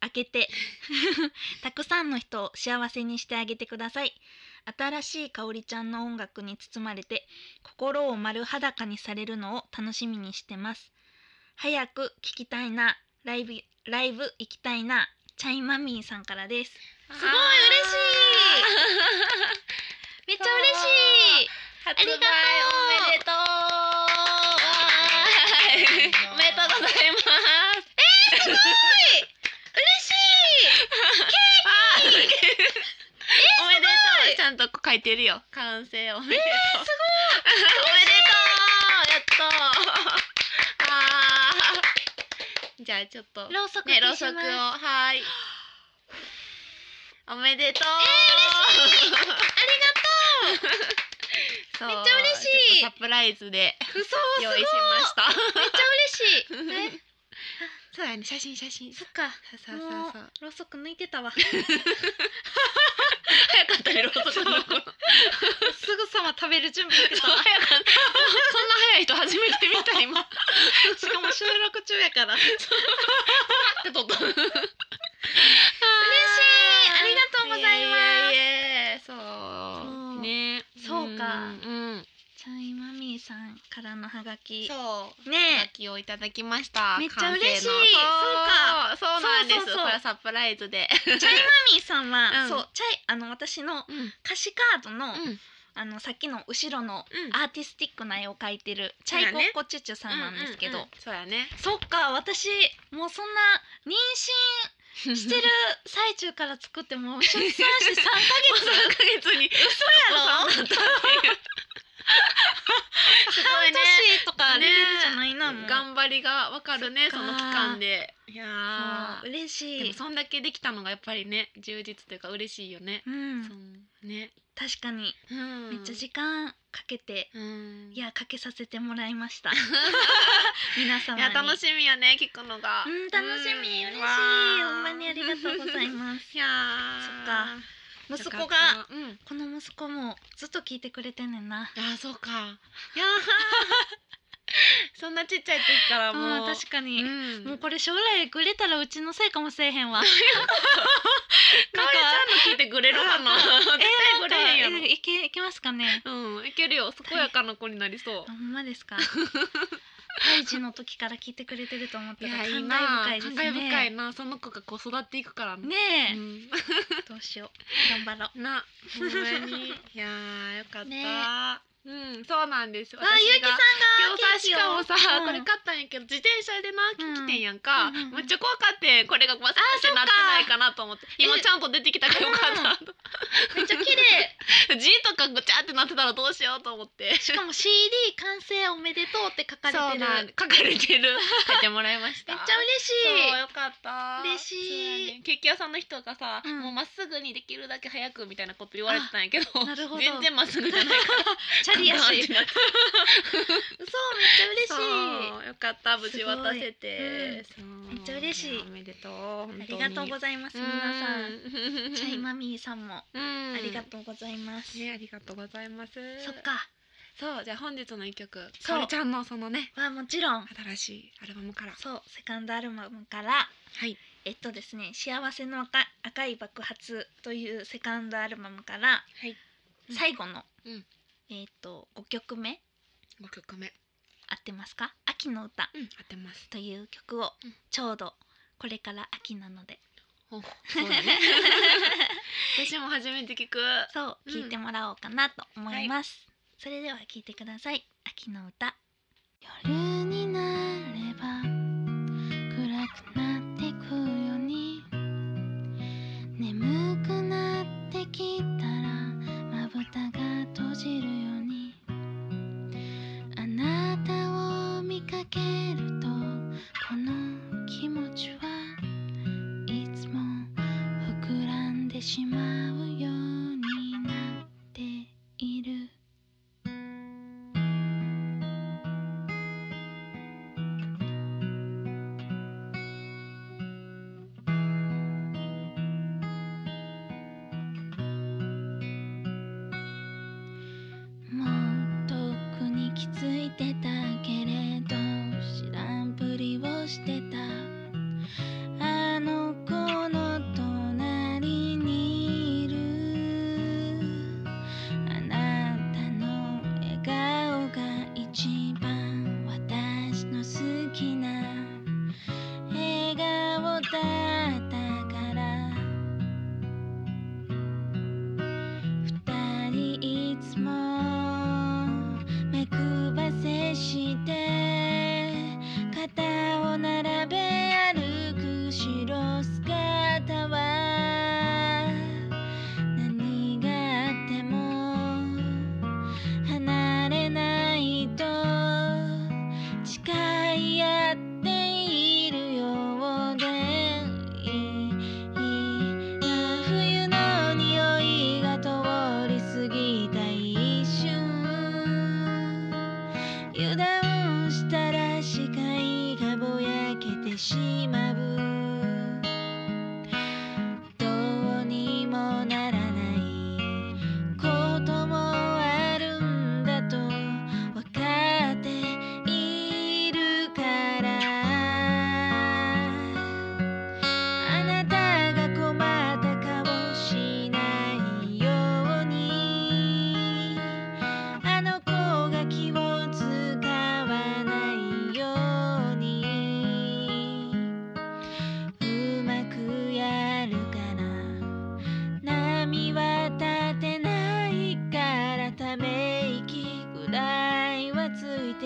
[SPEAKER 1] 開け
[SPEAKER 2] [LAUGHS]
[SPEAKER 1] てたくさんの人を幸せにしてあげてください新しい香りちゃんの音楽に包まれて心を丸裸にされるのを楽しみにしてます早く聞きたいなライブライブ行きたいなチャイマミーさんからです
[SPEAKER 2] す
[SPEAKER 1] ごい嬉しいめっちゃ嬉しい
[SPEAKER 2] 発
[SPEAKER 1] あり
[SPEAKER 2] 売
[SPEAKER 1] がとう
[SPEAKER 2] おめでとう。おめでとうございます。 [LAUGHS] えー、すごい。嬉しい。ケーキ。 [LAUGHS] おめでとう。ちゃんと書いてるよ。完成おめでとう。おめでとう。やったー。 [LAUGHS] あーじゃあちょっと
[SPEAKER 1] ろうそく
[SPEAKER 2] ね
[SPEAKER 1] 消します
[SPEAKER 2] ろうそくをはーい。 [SIGHS] おめでとう。えー、嬉しい。そう
[SPEAKER 1] めっちゃ嬉しい
[SPEAKER 2] ちょっとサプライズで
[SPEAKER 1] 嘘すごい
[SPEAKER 2] 用意しました。
[SPEAKER 1] めっちゃ嬉
[SPEAKER 2] [LAUGHS]
[SPEAKER 1] しい
[SPEAKER 2] そうやね、写真写真。
[SPEAKER 1] そっか
[SPEAKER 2] そうそうそうそう。
[SPEAKER 1] ろうそく抜いてたわ [LAUGHS] す
[SPEAKER 2] 早かったね、ろうそくの [LAUGHS] 子。
[SPEAKER 1] ぐさま食べる準備して
[SPEAKER 2] [LAUGHS] そう早かった。そんな早い人初めて見た今。
[SPEAKER 1] しかも収録中中やから嬉しい
[SPEAKER 2] ってとった嬉しいあ
[SPEAKER 1] ありがとうございます
[SPEAKER 2] す
[SPEAKER 1] そ
[SPEAKER 2] そううね
[SPEAKER 1] そうか
[SPEAKER 2] うん
[SPEAKER 1] ちゃんいまみーさんからのハガキ
[SPEAKER 2] そう
[SPEAKER 1] ね
[SPEAKER 2] ハガキをいただきました
[SPEAKER 1] めっちゃ嬉しい
[SPEAKER 2] 完成のそうそうなんです
[SPEAKER 1] そうそうそう
[SPEAKER 2] これはサプライズで
[SPEAKER 1] [LAUGHS] えちゃんいまみーさんは、
[SPEAKER 2] うん
[SPEAKER 1] そうちゃいあの私の
[SPEAKER 2] うんうん
[SPEAKER 1] 歌詞カードの、あのさっきの後ろのアーティスティックな絵を描いてるチ
[SPEAKER 2] そ
[SPEAKER 1] ャ
[SPEAKER 2] うや
[SPEAKER 1] イ
[SPEAKER 2] ね
[SPEAKER 1] コッコチュチュさんなんですけど、
[SPEAKER 2] うううんそうやね
[SPEAKER 1] そっか私もうそんな妊娠
[SPEAKER 2] し
[SPEAKER 1] してる最中から作ってもう出産して3ヶ月
[SPEAKER 2] 三ヶ [LAUGHS] 月に嘘
[SPEAKER 1] や
[SPEAKER 2] [LAUGHS]
[SPEAKER 1] ろ
[SPEAKER 2] すごい
[SPEAKER 1] 半
[SPEAKER 2] ね
[SPEAKER 1] 年とかレベルじゃないな、もう
[SPEAKER 2] 頑張りがわかるね
[SPEAKER 1] そ
[SPEAKER 2] そ
[SPEAKER 1] っか
[SPEAKER 2] の期間でいや
[SPEAKER 1] そう
[SPEAKER 2] ー
[SPEAKER 1] 嬉
[SPEAKER 2] で
[SPEAKER 1] し
[SPEAKER 2] も
[SPEAKER 1] い
[SPEAKER 2] そんだけできたのがやっぱりね充実というか嬉しいよね
[SPEAKER 1] う、
[SPEAKER 2] そ
[SPEAKER 1] ん
[SPEAKER 2] うね、
[SPEAKER 1] 確かに
[SPEAKER 2] うん
[SPEAKER 1] めっちゃ時間かけて、
[SPEAKER 2] うん
[SPEAKER 1] いやかけさせてもらいま
[SPEAKER 2] [LAUGHS]
[SPEAKER 1] した皆様
[SPEAKER 2] い
[SPEAKER 1] に
[SPEAKER 2] や楽しみやね聞くのが
[SPEAKER 1] うん楽しみ嬉しい、
[SPEAKER 2] うん
[SPEAKER 1] ほんまにありがとうございます
[SPEAKER 2] [LAUGHS] いやー
[SPEAKER 1] そっか息子
[SPEAKER 2] よ
[SPEAKER 1] が
[SPEAKER 2] かったうん
[SPEAKER 1] この息子もずっと聞いてくれてんねんな
[SPEAKER 2] あーそうかいやーそんなちっちゃい時からも
[SPEAKER 1] あ
[SPEAKER 2] う
[SPEAKER 1] ー確かに、
[SPEAKER 2] うん
[SPEAKER 1] もうこれ将来くれたらうちのせいかもせえへん
[SPEAKER 2] [LAUGHS]
[SPEAKER 1] わなんか
[SPEAKER 2] かわりちゃんの聞いてくれるか
[SPEAKER 1] [LAUGHS]
[SPEAKER 2] な絶対くれへんや
[SPEAKER 1] え
[SPEAKER 2] ろ
[SPEAKER 1] ーいけいけますかね
[SPEAKER 2] うん、いけるよ、健やかな子になりそう
[SPEAKER 1] あ。ほんまです
[SPEAKER 2] [LAUGHS]
[SPEAKER 1] か胎児の時から聞いてくれてると思ったら感慨深いですね
[SPEAKER 2] 感慨深いな、その子がこう育っていくからね。
[SPEAKER 1] ねえ、
[SPEAKER 2] う
[SPEAKER 1] どうしよう頑張ろう
[SPEAKER 2] ん、な、ほんまに、いやー、よかった。
[SPEAKER 1] ね
[SPEAKER 2] うん、そうなんですよ。
[SPEAKER 1] あゆうきさんが
[SPEAKER 2] 今日さしかもさ、
[SPEAKER 1] うん
[SPEAKER 2] これ買ったんやけど自転車でな
[SPEAKER 1] うん
[SPEAKER 2] 来てんやんか、
[SPEAKER 1] うんうんうん
[SPEAKER 2] めっちゃ怖かってんこれがバサってなってないかなと思って
[SPEAKER 1] え
[SPEAKER 2] 今ちゃんと出てきたからよかった、
[SPEAKER 1] めっちゃ綺麗
[SPEAKER 2] 字とかぐちゃってなってたらどうしようと思って
[SPEAKER 1] しかも CD 完成おめでとうって書かれてる
[SPEAKER 2] そうなん書かれてる書いてもらいまし
[SPEAKER 1] め
[SPEAKER 2] た
[SPEAKER 1] っちゃ嬉し
[SPEAKER 2] そう
[SPEAKER 1] い
[SPEAKER 2] よかった
[SPEAKER 1] 嬉しい
[SPEAKER 2] そうやねケーキ屋さんの人がさ、
[SPEAKER 1] うん
[SPEAKER 2] もうまっすぐにできるだけ早くみたいなこと言われてたんやけど
[SPEAKER 1] あなるほど
[SPEAKER 2] 全然まっすぐじゃないから
[SPEAKER 1] チャリやし
[SPEAKER 2] ガ
[SPEAKER 1] 嘘
[SPEAKER 2] ーン
[SPEAKER 1] め
[SPEAKER 2] っ
[SPEAKER 1] ってち
[SPEAKER 2] なっ
[SPEAKER 1] ゃ嬉しい
[SPEAKER 2] てそうよかった無事渡せて、そう
[SPEAKER 1] めっちゃ嬉しい
[SPEAKER 2] やおめでとうあ
[SPEAKER 1] ありがとうご
[SPEAKER 2] ざい
[SPEAKER 1] ざいま
[SPEAKER 2] ます
[SPEAKER 1] 皆さん
[SPEAKER 2] ん
[SPEAKER 1] チャイマミーさんもあ
[SPEAKER 2] うん
[SPEAKER 1] りがとうございます、
[SPEAKER 2] ねありがとうございます
[SPEAKER 1] そっか
[SPEAKER 2] そうじゃあ本日の一曲
[SPEAKER 1] そう
[SPEAKER 2] かおりちゃんのそのね
[SPEAKER 1] はもちろん
[SPEAKER 2] 新しいアルバムから
[SPEAKER 1] そうセカンドアルバムから
[SPEAKER 2] はい
[SPEAKER 1] えっとですね「幸せの赤赤い爆発」というセカンドアルバムから
[SPEAKER 2] はいうん
[SPEAKER 1] 最後の、
[SPEAKER 2] うん
[SPEAKER 1] えっと5曲目
[SPEAKER 2] 五曲目
[SPEAKER 1] 合ってますか「秋の歌
[SPEAKER 2] うん合っ
[SPEAKER 1] [LAUGHS]
[SPEAKER 2] てます」
[SPEAKER 1] という曲を
[SPEAKER 2] うん
[SPEAKER 1] ちょうどこれから秋なので
[SPEAKER 2] そうだね [LAUGHS] 私も初めて聞く
[SPEAKER 1] そう
[SPEAKER 2] うん
[SPEAKER 1] 聞いてもらおうかなと思います、それでは聞いてください秋の歌夜になれば暗くなってくよに眠くなってきたらまぶたが閉じるようにあなたを見かけるとこの気持ちはいつも膨らんでしまうようになっているもうとっくに気づいてたけれど知らんぷりをしてたあの子の隣にいるあなたの笑顔が一番私の好きな笑顔だったから二人いつも目くばせして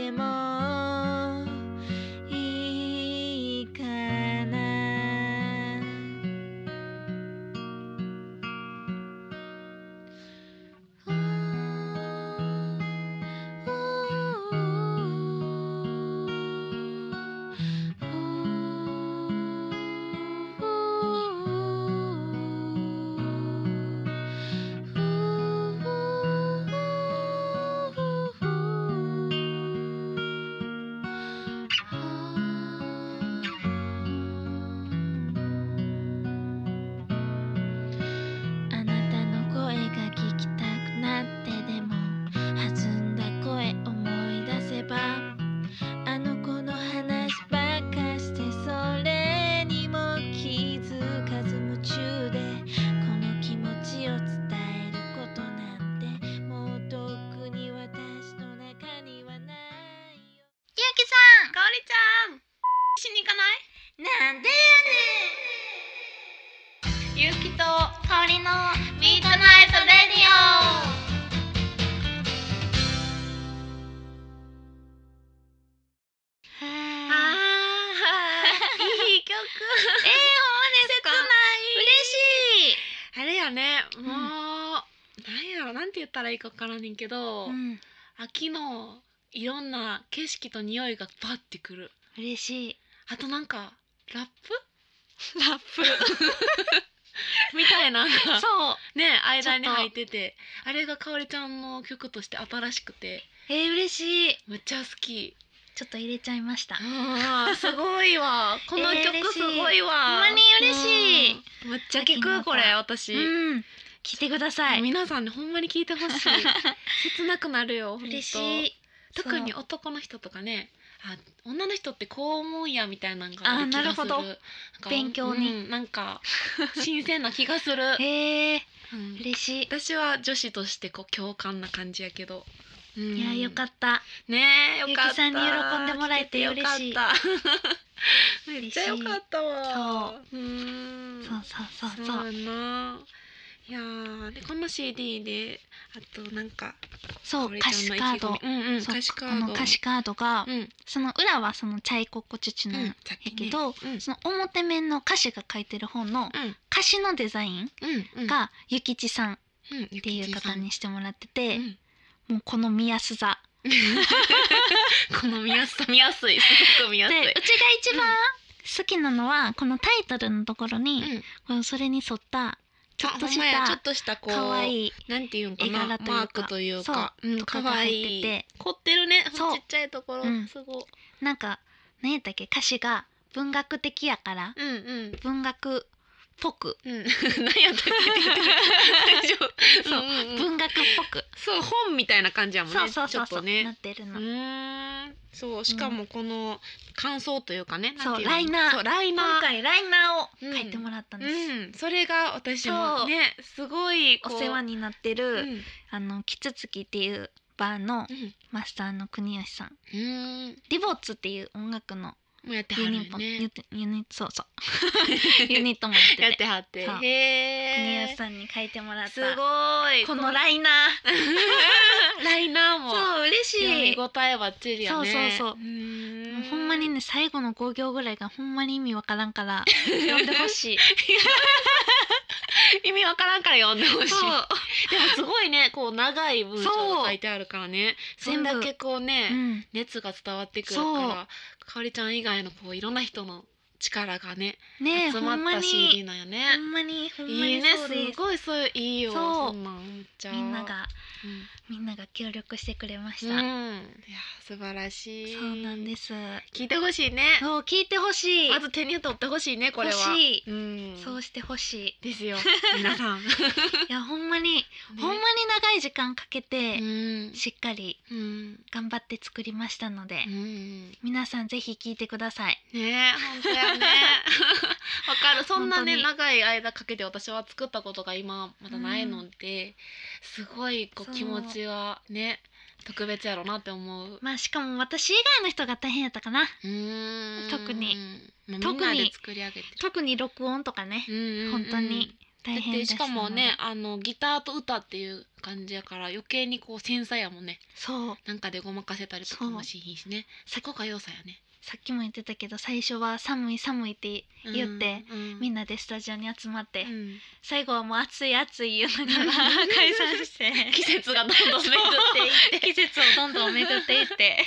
[SPEAKER 1] もいいかな」「あなたの声が聞きたくなってでも弾んだ声思い出せばあの子の話ばっかしてそれにも気づかず夢中でこの気持ちを伝えることなんてもうとっくに私の中にはないよゆうきさん
[SPEAKER 2] かおりちゃんしに行かな
[SPEAKER 1] なんで
[SPEAKER 2] いゆうきと
[SPEAKER 1] やねん香りの
[SPEAKER 2] ミートナイトレディ
[SPEAKER 1] はえー、ほんまで
[SPEAKER 2] オあーいい曲
[SPEAKER 1] すか嬉しい
[SPEAKER 2] あれやねもう、
[SPEAKER 1] ん
[SPEAKER 2] なんやろなんて言ったらいいかわからんねんけど、
[SPEAKER 1] うん、
[SPEAKER 2] 秋のいろんな景色と匂いがバッてくる
[SPEAKER 1] 嬉しい
[SPEAKER 2] あとなんか
[SPEAKER 1] [LAUGHS]
[SPEAKER 2] ラップラップみたいなのが
[SPEAKER 1] そう
[SPEAKER 2] ね間に
[SPEAKER 1] ちょっと
[SPEAKER 2] 入っててあれがかおりちゃんの曲として新しくて
[SPEAKER 1] えー、嬉しい
[SPEAKER 2] めっちゃ好き
[SPEAKER 1] ちょっと入れちゃいました
[SPEAKER 2] あーすごいわ [LAUGHS] この
[SPEAKER 1] えー
[SPEAKER 2] 曲
[SPEAKER 1] 嬉し
[SPEAKER 2] す
[SPEAKER 1] い
[SPEAKER 2] ごいわ、
[SPEAKER 1] ほんまに嬉しい
[SPEAKER 2] うんめっちゃ聞
[SPEAKER 1] 秋の
[SPEAKER 2] く
[SPEAKER 1] 歌
[SPEAKER 2] これ私、
[SPEAKER 1] うん聞いてください
[SPEAKER 2] 皆さんねほんまに聞いてほ
[SPEAKER 1] [LAUGHS]
[SPEAKER 2] しい切なくなるよほんと
[SPEAKER 1] 嬉しい
[SPEAKER 2] 特に男の人とかねあ女の人ってこう思うんやみたいなのが
[SPEAKER 1] あー
[SPEAKER 2] ある気がする
[SPEAKER 1] なるほど
[SPEAKER 2] なんか
[SPEAKER 1] 勉強に
[SPEAKER 2] うんなん
[SPEAKER 1] [LAUGHS]
[SPEAKER 2] か新鮮な気がする、
[SPEAKER 1] えー、
[SPEAKER 2] うん
[SPEAKER 1] 嬉しい
[SPEAKER 2] 私は女子としてこう共感な感じやけど、うん
[SPEAKER 1] いやよかった
[SPEAKER 2] ねえよ
[SPEAKER 1] ゆ
[SPEAKER 2] かった
[SPEAKER 1] きさんに喜んでもらえて
[SPEAKER 2] 来よかった
[SPEAKER 1] 嬉しい
[SPEAKER 2] めっちゃよかったわそう
[SPEAKER 1] そ
[SPEAKER 2] ん
[SPEAKER 1] うそうそう
[SPEAKER 2] そう
[SPEAKER 1] そう
[SPEAKER 2] やないやーでこの CD であとなんか
[SPEAKER 1] そう
[SPEAKER 2] 俺ちゃ
[SPEAKER 1] 歌
[SPEAKER 2] ん
[SPEAKER 1] 詞
[SPEAKER 2] の
[SPEAKER 1] カ
[SPEAKER 2] 意
[SPEAKER 1] ー
[SPEAKER 2] 気込
[SPEAKER 1] ド
[SPEAKER 2] みうんうん
[SPEAKER 1] そう
[SPEAKER 2] 歌詞カ
[SPEAKER 1] こ
[SPEAKER 2] ー
[SPEAKER 1] の
[SPEAKER 2] ド
[SPEAKER 1] 歌詞カードが
[SPEAKER 2] うん
[SPEAKER 1] その裏はそのチャイココチュチュ
[SPEAKER 2] う
[SPEAKER 1] の
[SPEAKER 2] ん
[SPEAKER 1] や
[SPEAKER 2] さっきね
[SPEAKER 1] けど
[SPEAKER 2] うん
[SPEAKER 1] その表面の歌詞が書いてる方の
[SPEAKER 2] うん
[SPEAKER 1] 歌詞のデザイン
[SPEAKER 2] うんうん
[SPEAKER 1] がゆきちさんっ
[SPEAKER 2] うんって
[SPEAKER 1] いう方にしてもらってて [LAUGHS]
[SPEAKER 2] う、ん
[SPEAKER 1] もうこの見やすさ
[SPEAKER 2] この見やすさ見やすいすごく見やす
[SPEAKER 1] で
[SPEAKER 2] い
[SPEAKER 1] ち
[SPEAKER 2] う
[SPEAKER 1] が一番好きなのは、このタイトルのところに、
[SPEAKER 2] うん
[SPEAKER 1] このそれに沿ったちょっとし
[SPEAKER 2] あほんまやちょ
[SPEAKER 1] た
[SPEAKER 2] っとしたこう
[SPEAKER 1] 可愛い
[SPEAKER 2] なんていうんかな
[SPEAKER 1] 絵柄というか
[SPEAKER 2] マークというかうん
[SPEAKER 1] とか
[SPEAKER 2] 可
[SPEAKER 1] が
[SPEAKER 2] 愛
[SPEAKER 1] 入
[SPEAKER 2] い
[SPEAKER 1] ってて
[SPEAKER 2] 凝ってるねち
[SPEAKER 1] そう
[SPEAKER 2] っちゃいところ
[SPEAKER 1] うん
[SPEAKER 2] すごい
[SPEAKER 1] なんか何やったっけ歌詞が文学的やから
[SPEAKER 2] うんうん [LAUGHS]
[SPEAKER 1] 文学っぽく
[SPEAKER 2] うん何やったっけ大丈夫
[SPEAKER 1] そう
[SPEAKER 2] うんうんうん
[SPEAKER 1] 文学っぽく、
[SPEAKER 2] そう本みたいな感じやもんね
[SPEAKER 1] そうそうそう
[SPEAKER 2] ち
[SPEAKER 1] そ
[SPEAKER 2] ょっ
[SPEAKER 1] う、
[SPEAKER 2] とね
[SPEAKER 1] なってる
[SPEAKER 2] う
[SPEAKER 1] の、
[SPEAKER 2] ーんそうしかもこの感想というかね
[SPEAKER 1] そう
[SPEAKER 2] なんていの
[SPEAKER 1] ライナー
[SPEAKER 2] そうライナー
[SPEAKER 1] 今回ライナーを書いてもらったんです、
[SPEAKER 2] うんそれが私もねすごいこう
[SPEAKER 1] お世話になってる、
[SPEAKER 2] うん
[SPEAKER 1] あのキツツキっていうバーの
[SPEAKER 2] うん
[SPEAKER 1] マスターの国吉さん
[SPEAKER 2] うーん
[SPEAKER 1] リボッツっていう音楽の
[SPEAKER 2] もうやっては
[SPEAKER 1] ユ
[SPEAKER 2] る
[SPEAKER 1] ニット、
[SPEAKER 2] よね
[SPEAKER 1] ユニユニそうそう
[SPEAKER 2] [LAUGHS]
[SPEAKER 1] ユニットもやって
[SPEAKER 2] やっててはって
[SPEAKER 1] そう国
[SPEAKER 2] へ
[SPEAKER 1] 安
[SPEAKER 2] え
[SPEAKER 1] さんに書いてもらった
[SPEAKER 2] すごい
[SPEAKER 1] このライナー
[SPEAKER 2] ライナーも
[SPEAKER 1] そう嬉し
[SPEAKER 2] 読み
[SPEAKER 1] いも
[SPEAKER 2] 応えばっちりやね
[SPEAKER 1] そうそうそう
[SPEAKER 2] うー
[SPEAKER 1] うほんまにね最後の5行ぐらいがほんまに意味わからんから
[SPEAKER 2] [LAUGHS]
[SPEAKER 1] 読んでほしい
[SPEAKER 2] 意味わからんから読んでほしい
[SPEAKER 1] そう
[SPEAKER 2] でもすごいねこう長い文章
[SPEAKER 1] そう
[SPEAKER 2] が書いてあるからねそんだけこうね、
[SPEAKER 1] うん
[SPEAKER 2] 熱が伝わってくるか
[SPEAKER 1] そう
[SPEAKER 2] らかおりちゃん以外のこういろんな人の力がね
[SPEAKER 1] ねえ
[SPEAKER 2] 集
[SPEAKER 1] ほ
[SPEAKER 2] まっ
[SPEAKER 1] んま
[SPEAKER 2] た CD
[SPEAKER 1] に
[SPEAKER 2] なんよね
[SPEAKER 1] ほんまにほんま
[SPEAKER 2] いい
[SPEAKER 1] に
[SPEAKER 2] ね
[SPEAKER 1] そうです
[SPEAKER 2] すごいそういういいよ
[SPEAKER 1] そう
[SPEAKER 2] そんなんめっちゃ
[SPEAKER 1] みんな、が
[SPEAKER 2] うん
[SPEAKER 1] みんなが協力してくれまし
[SPEAKER 2] うん、い
[SPEAKER 1] た、
[SPEAKER 2] や素晴らしい
[SPEAKER 1] そうなんですす
[SPEAKER 2] 聞いてほしいね
[SPEAKER 1] そう聞いてほしい
[SPEAKER 2] まず手に取ってほしいねこれは
[SPEAKER 1] 欲しい
[SPEAKER 2] うん
[SPEAKER 1] そうしてほし
[SPEAKER 2] で
[SPEAKER 1] [LAUGHS]
[SPEAKER 2] すよ皆さん、ね
[SPEAKER 1] いいやほんまに、ほんまに長い時間かけて、
[SPEAKER 2] うん
[SPEAKER 1] しっかり
[SPEAKER 2] うん
[SPEAKER 1] 頑張って作りましたので、
[SPEAKER 2] うん
[SPEAKER 1] 皆さんぜひ聞いてください。
[SPEAKER 2] ねえ本当やね
[SPEAKER 1] [LAUGHS]
[SPEAKER 2] わかるそんな
[SPEAKER 1] 本当
[SPEAKER 2] ね
[SPEAKER 1] に
[SPEAKER 2] 長い間かけて私は作ったことが今まだないので、すごいこ
[SPEAKER 1] そうう
[SPEAKER 2] 気持ちはね特別やろうなって思う
[SPEAKER 1] まあしかも私以外の人が大変やったかな。
[SPEAKER 2] うーん
[SPEAKER 1] 特に
[SPEAKER 2] もうみん
[SPEAKER 1] 特
[SPEAKER 2] な
[SPEAKER 1] に
[SPEAKER 2] で作り上げて
[SPEAKER 1] 特に録音とかね、
[SPEAKER 2] うんうんうん
[SPEAKER 1] 本当に大変
[SPEAKER 2] だ
[SPEAKER 1] で
[SPEAKER 2] って
[SPEAKER 1] した
[SPEAKER 2] しかもねあのギターと歌っていう感じやから余計にこう繊細やもんね
[SPEAKER 1] そう
[SPEAKER 2] なんかでごまかせたりとかもしひんしねそこが要素やね
[SPEAKER 1] さっきも言ってたけど最初は寒い寒いって言って、みん
[SPEAKER 2] な
[SPEAKER 1] なでスタジオに集まって、
[SPEAKER 2] うん、
[SPEAKER 1] 最後はもう暑い暑い言いながら [LAUGHS] 解散して
[SPEAKER 2] 季節がどんどん巡っていって
[SPEAKER 1] [LAUGHS] 季節をどんどん巡っていって
[SPEAKER 2] [LAUGHS]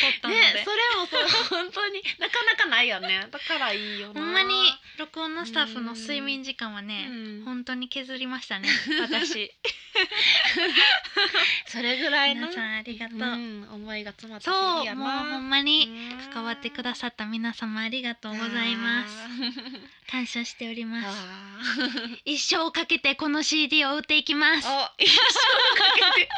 [SPEAKER 1] 撮ったので、
[SPEAKER 2] ね、それもそう本当になかなかないよねだからいいよな
[SPEAKER 1] ほんまに録音のスタッフの睡眠時間はね、
[SPEAKER 2] うん
[SPEAKER 1] 本当に削りましたね
[SPEAKER 2] [LAUGHS]
[SPEAKER 1] 私
[SPEAKER 2] それぐらいの
[SPEAKER 1] 皆さんありがとう、
[SPEAKER 2] うん思いが詰まった
[SPEAKER 1] そう
[SPEAKER 2] 日々や
[SPEAKER 1] もうほ
[SPEAKER 2] なん
[SPEAKER 1] まに関わってくださった皆様ありがとうございます感謝しており
[SPEAKER 2] あ
[SPEAKER 1] ます
[SPEAKER 2] ー
[SPEAKER 1] 一生かけてこの CD を売っていきます頑
[SPEAKER 2] [LAUGHS] あーお一生かけて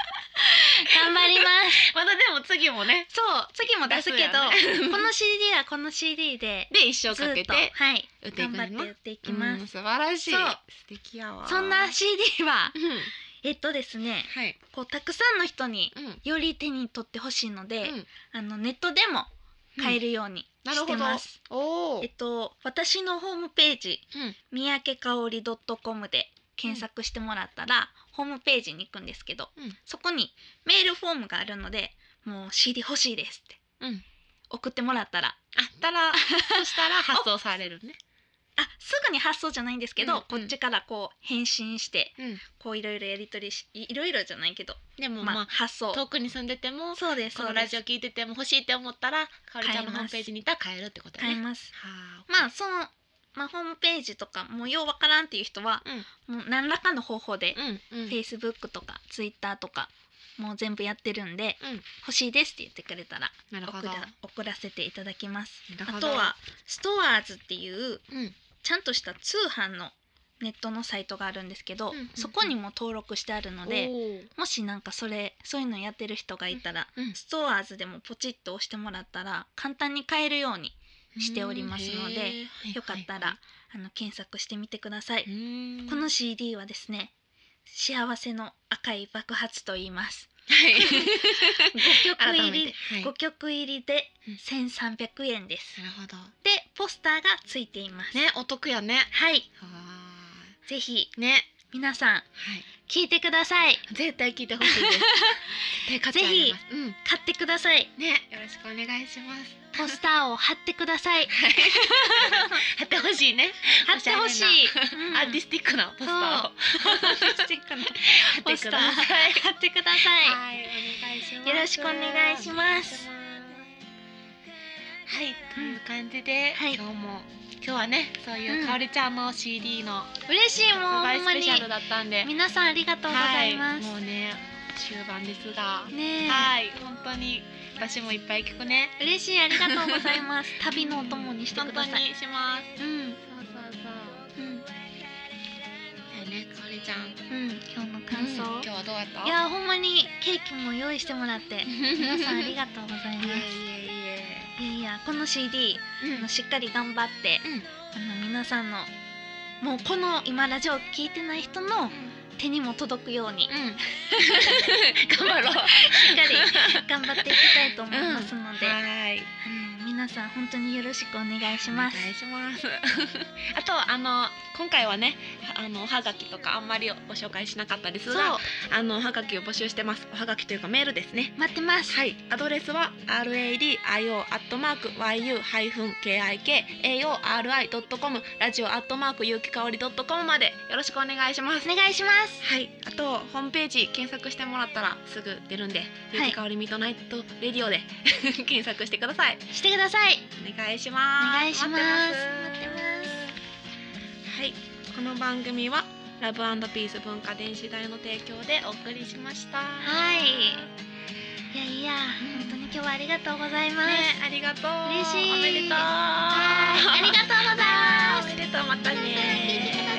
[SPEAKER 1] 張り
[SPEAKER 2] [LAUGHS]
[SPEAKER 1] ます
[SPEAKER 2] まだでも次もね
[SPEAKER 1] そう次も出すけど
[SPEAKER 2] 出 [LAUGHS] すよね
[SPEAKER 1] この CD はこの CD で
[SPEAKER 2] で一生
[SPEAKER 1] ずっ
[SPEAKER 2] かけ
[SPEAKER 1] と
[SPEAKER 2] て
[SPEAKER 1] はい
[SPEAKER 2] 打ってい
[SPEAKER 1] 頑
[SPEAKER 2] く
[SPEAKER 1] 張っ
[SPEAKER 2] ね
[SPEAKER 1] て
[SPEAKER 2] ん
[SPEAKER 1] 売
[SPEAKER 2] な
[SPEAKER 1] っていきま
[SPEAKER 2] うん
[SPEAKER 1] す
[SPEAKER 2] 素晴らしい
[SPEAKER 1] そう
[SPEAKER 2] 素敵やわ
[SPEAKER 1] そんな CD は
[SPEAKER 2] うん
[SPEAKER 1] えっとですね
[SPEAKER 2] はい
[SPEAKER 1] こうたくさんの人に
[SPEAKER 2] うん
[SPEAKER 1] より手に取ってほしいので、
[SPEAKER 2] うん
[SPEAKER 1] あのネットでも買えるように
[SPEAKER 2] なる
[SPEAKER 1] し
[SPEAKER 2] ほ
[SPEAKER 1] て
[SPEAKER 2] ど
[SPEAKER 1] ます、
[SPEAKER 2] おお
[SPEAKER 1] えっと私のホームページ三宅かおり .com で検索してもらったら、ホームページに行くんですけど、
[SPEAKER 2] うん
[SPEAKER 1] そこにメールフォームがあるのでもう CD 欲しいですって
[SPEAKER 2] うん
[SPEAKER 1] 送ってもらったら
[SPEAKER 2] あった [LAUGHS] らそしたら発送されるね
[SPEAKER 1] あすぐに発送じゃないんですけど、
[SPEAKER 2] うんうん
[SPEAKER 1] こっちからこう返信して
[SPEAKER 2] うん
[SPEAKER 1] こういろいろやり取りしいいろいろじゃないけど、
[SPEAKER 2] でも
[SPEAKER 1] まあ、
[SPEAKER 2] ま
[SPEAKER 1] 発送
[SPEAKER 2] あ遠くに住んでても
[SPEAKER 1] そうですそ
[SPEAKER 2] この
[SPEAKER 1] うで
[SPEAKER 2] ラ
[SPEAKER 1] す
[SPEAKER 2] ジオ聞いてても欲しいって思ったらかおりちゃんのホームページにいたら買えるってことや
[SPEAKER 1] 買え
[SPEAKER 2] ね
[SPEAKER 1] ます
[SPEAKER 2] は
[SPEAKER 1] まあその、まあ、ホームページとかもうようわからんっていう人は、もう何らかの方法で
[SPEAKER 2] あうんうん
[SPEAKER 1] Facebook とか Twitter とかもう全部やってるんで、
[SPEAKER 2] うん
[SPEAKER 1] 欲しいですって言ってくれたら
[SPEAKER 2] なるほ
[SPEAKER 1] 送
[SPEAKER 2] ど
[SPEAKER 1] ら送らせていただきます
[SPEAKER 2] なる
[SPEAKER 1] あ
[SPEAKER 2] ほ
[SPEAKER 1] と
[SPEAKER 2] ど
[SPEAKER 1] はストアーズっていう
[SPEAKER 2] うん
[SPEAKER 1] ちゃんとした通販のネットのサイトがあるんですけど、
[SPEAKER 2] うんうんうん
[SPEAKER 1] そこにも登録してあるので
[SPEAKER 2] おー
[SPEAKER 1] もしなんかそれそういうのやってる人がいたら、
[SPEAKER 2] うん
[SPEAKER 1] ストアーズでもポチッと押してもらったら簡単に買えるようにしておりますので
[SPEAKER 2] うんへー
[SPEAKER 1] よかった
[SPEAKER 2] は
[SPEAKER 1] らあの検索してみてください
[SPEAKER 2] いはいはいう。ーん
[SPEAKER 1] この [LAUGHS] CD はですね幸せの赤い爆発と言います
[SPEAKER 2] [LAUGHS] はい
[SPEAKER 1] 5曲入
[SPEAKER 2] 改め
[SPEAKER 1] り
[SPEAKER 2] て、はい、
[SPEAKER 1] 5曲入りで
[SPEAKER 2] うん
[SPEAKER 1] 1300円です
[SPEAKER 2] なるほど
[SPEAKER 1] でポスターがついています、
[SPEAKER 2] ねお得やね
[SPEAKER 1] はい
[SPEAKER 2] は
[SPEAKER 1] ぜひ
[SPEAKER 2] ーいね
[SPEAKER 1] 皆さん
[SPEAKER 2] はい
[SPEAKER 1] 聞いてください
[SPEAKER 2] 絶対聞いてほ
[SPEAKER 1] [LAUGHS]
[SPEAKER 2] しいです絶対買ってあげますうん
[SPEAKER 1] 買ってください
[SPEAKER 2] ねよろしくお願いします
[SPEAKER 1] ポスターを貼ってくだ
[SPEAKER 2] [LAUGHS]
[SPEAKER 1] さい
[SPEAKER 2] 貼ってほしいね
[SPEAKER 1] 貼ってほし
[SPEAKER 2] [LAUGHS]
[SPEAKER 1] い、うん
[SPEAKER 2] アーティスティックなポスターを
[SPEAKER 1] そうアーティスティックな [LAUGHS]
[SPEAKER 2] 貼
[SPEAKER 1] ポ
[SPEAKER 2] っ
[SPEAKER 1] ス
[SPEAKER 2] て
[SPEAKER 1] タ
[SPEAKER 2] く
[SPEAKER 1] ー
[SPEAKER 2] ださい
[SPEAKER 1] 貼ってください
[SPEAKER 2] はい、お願いします。
[SPEAKER 1] よろしくお願いします
[SPEAKER 2] はい、という感じで、
[SPEAKER 1] はい
[SPEAKER 2] 今日も今日はね、そういううんかおりちゃんの CD の
[SPEAKER 1] [LAUGHS] 嬉しいもうほ
[SPEAKER 2] 発売
[SPEAKER 1] ん
[SPEAKER 2] ス
[SPEAKER 1] ま
[SPEAKER 2] ペ
[SPEAKER 1] に
[SPEAKER 2] シャルだったんで、
[SPEAKER 1] 皆さんありがとうございます、
[SPEAKER 2] はい、もうね、終盤ですが、
[SPEAKER 1] ねえ
[SPEAKER 2] はい、本当に私もいっぱい聞くね。
[SPEAKER 1] 嬉しいありがとうございます
[SPEAKER 2] [LAUGHS]
[SPEAKER 1] 旅のお供にして
[SPEAKER 2] 本
[SPEAKER 1] く
[SPEAKER 2] 当
[SPEAKER 1] ださい
[SPEAKER 2] にします。
[SPEAKER 1] うん
[SPEAKER 2] そうそうそう。
[SPEAKER 1] うん
[SPEAKER 2] だよね、かおりちゃん。
[SPEAKER 1] うん今日の感想、
[SPEAKER 2] うん今日はどうやった？
[SPEAKER 1] いやほんまにケーキも用意してもらって皆さんありがとうございま
[SPEAKER 2] いえい
[SPEAKER 1] す
[SPEAKER 2] えい
[SPEAKER 1] いやいやこの CD
[SPEAKER 2] え。
[SPEAKER 1] あのしっかり頑張って
[SPEAKER 2] うん。
[SPEAKER 1] あの皆さんのもうこの今ラジオ聞いてない人の手にも届くように
[SPEAKER 2] うん。頑張ろう。
[SPEAKER 1] しっかり
[SPEAKER 2] [LAUGHS]
[SPEAKER 1] 頑張っていきたいと思いますので、あ
[SPEAKER 2] はい。
[SPEAKER 1] の皆さん本当によろしくお願いします
[SPEAKER 2] お願いします。 [LAUGHS] あとあの今回はね、あのおはがきとかあんまりご紹介しなかったです
[SPEAKER 1] そう
[SPEAKER 2] が、あのおはがきを募集してます。おはがきというかメールですね。
[SPEAKER 1] 待ってます
[SPEAKER 2] はい、アドレスは r a d i o アットマーク y u ハイフン k i k a o r i ドットコムラジオアットマーク有機香りドットコムまでよろしくお願いします。
[SPEAKER 1] お願いします
[SPEAKER 2] はい、あとホームページ検索してもらったらすぐ出るんで、有機香りミッドナイトレディオで [LAUGHS] 検索してください。
[SPEAKER 1] してください
[SPEAKER 2] お願いし
[SPEAKER 1] お
[SPEAKER 2] ます。
[SPEAKER 1] 願いします。
[SPEAKER 2] 待ってますはい、この番組はラブピース文化電子代の提供でお送りしました。
[SPEAKER 1] はい。いやいや、
[SPEAKER 2] うん
[SPEAKER 1] 本当に今日はありがとうございます。
[SPEAKER 2] ね、ありがとう。
[SPEAKER 1] 嬉しい
[SPEAKER 2] おめでとう。
[SPEAKER 1] はい、ありがとうございます。
[SPEAKER 2] おめでとう、またね。
[SPEAKER 1] 皆さん聞いてください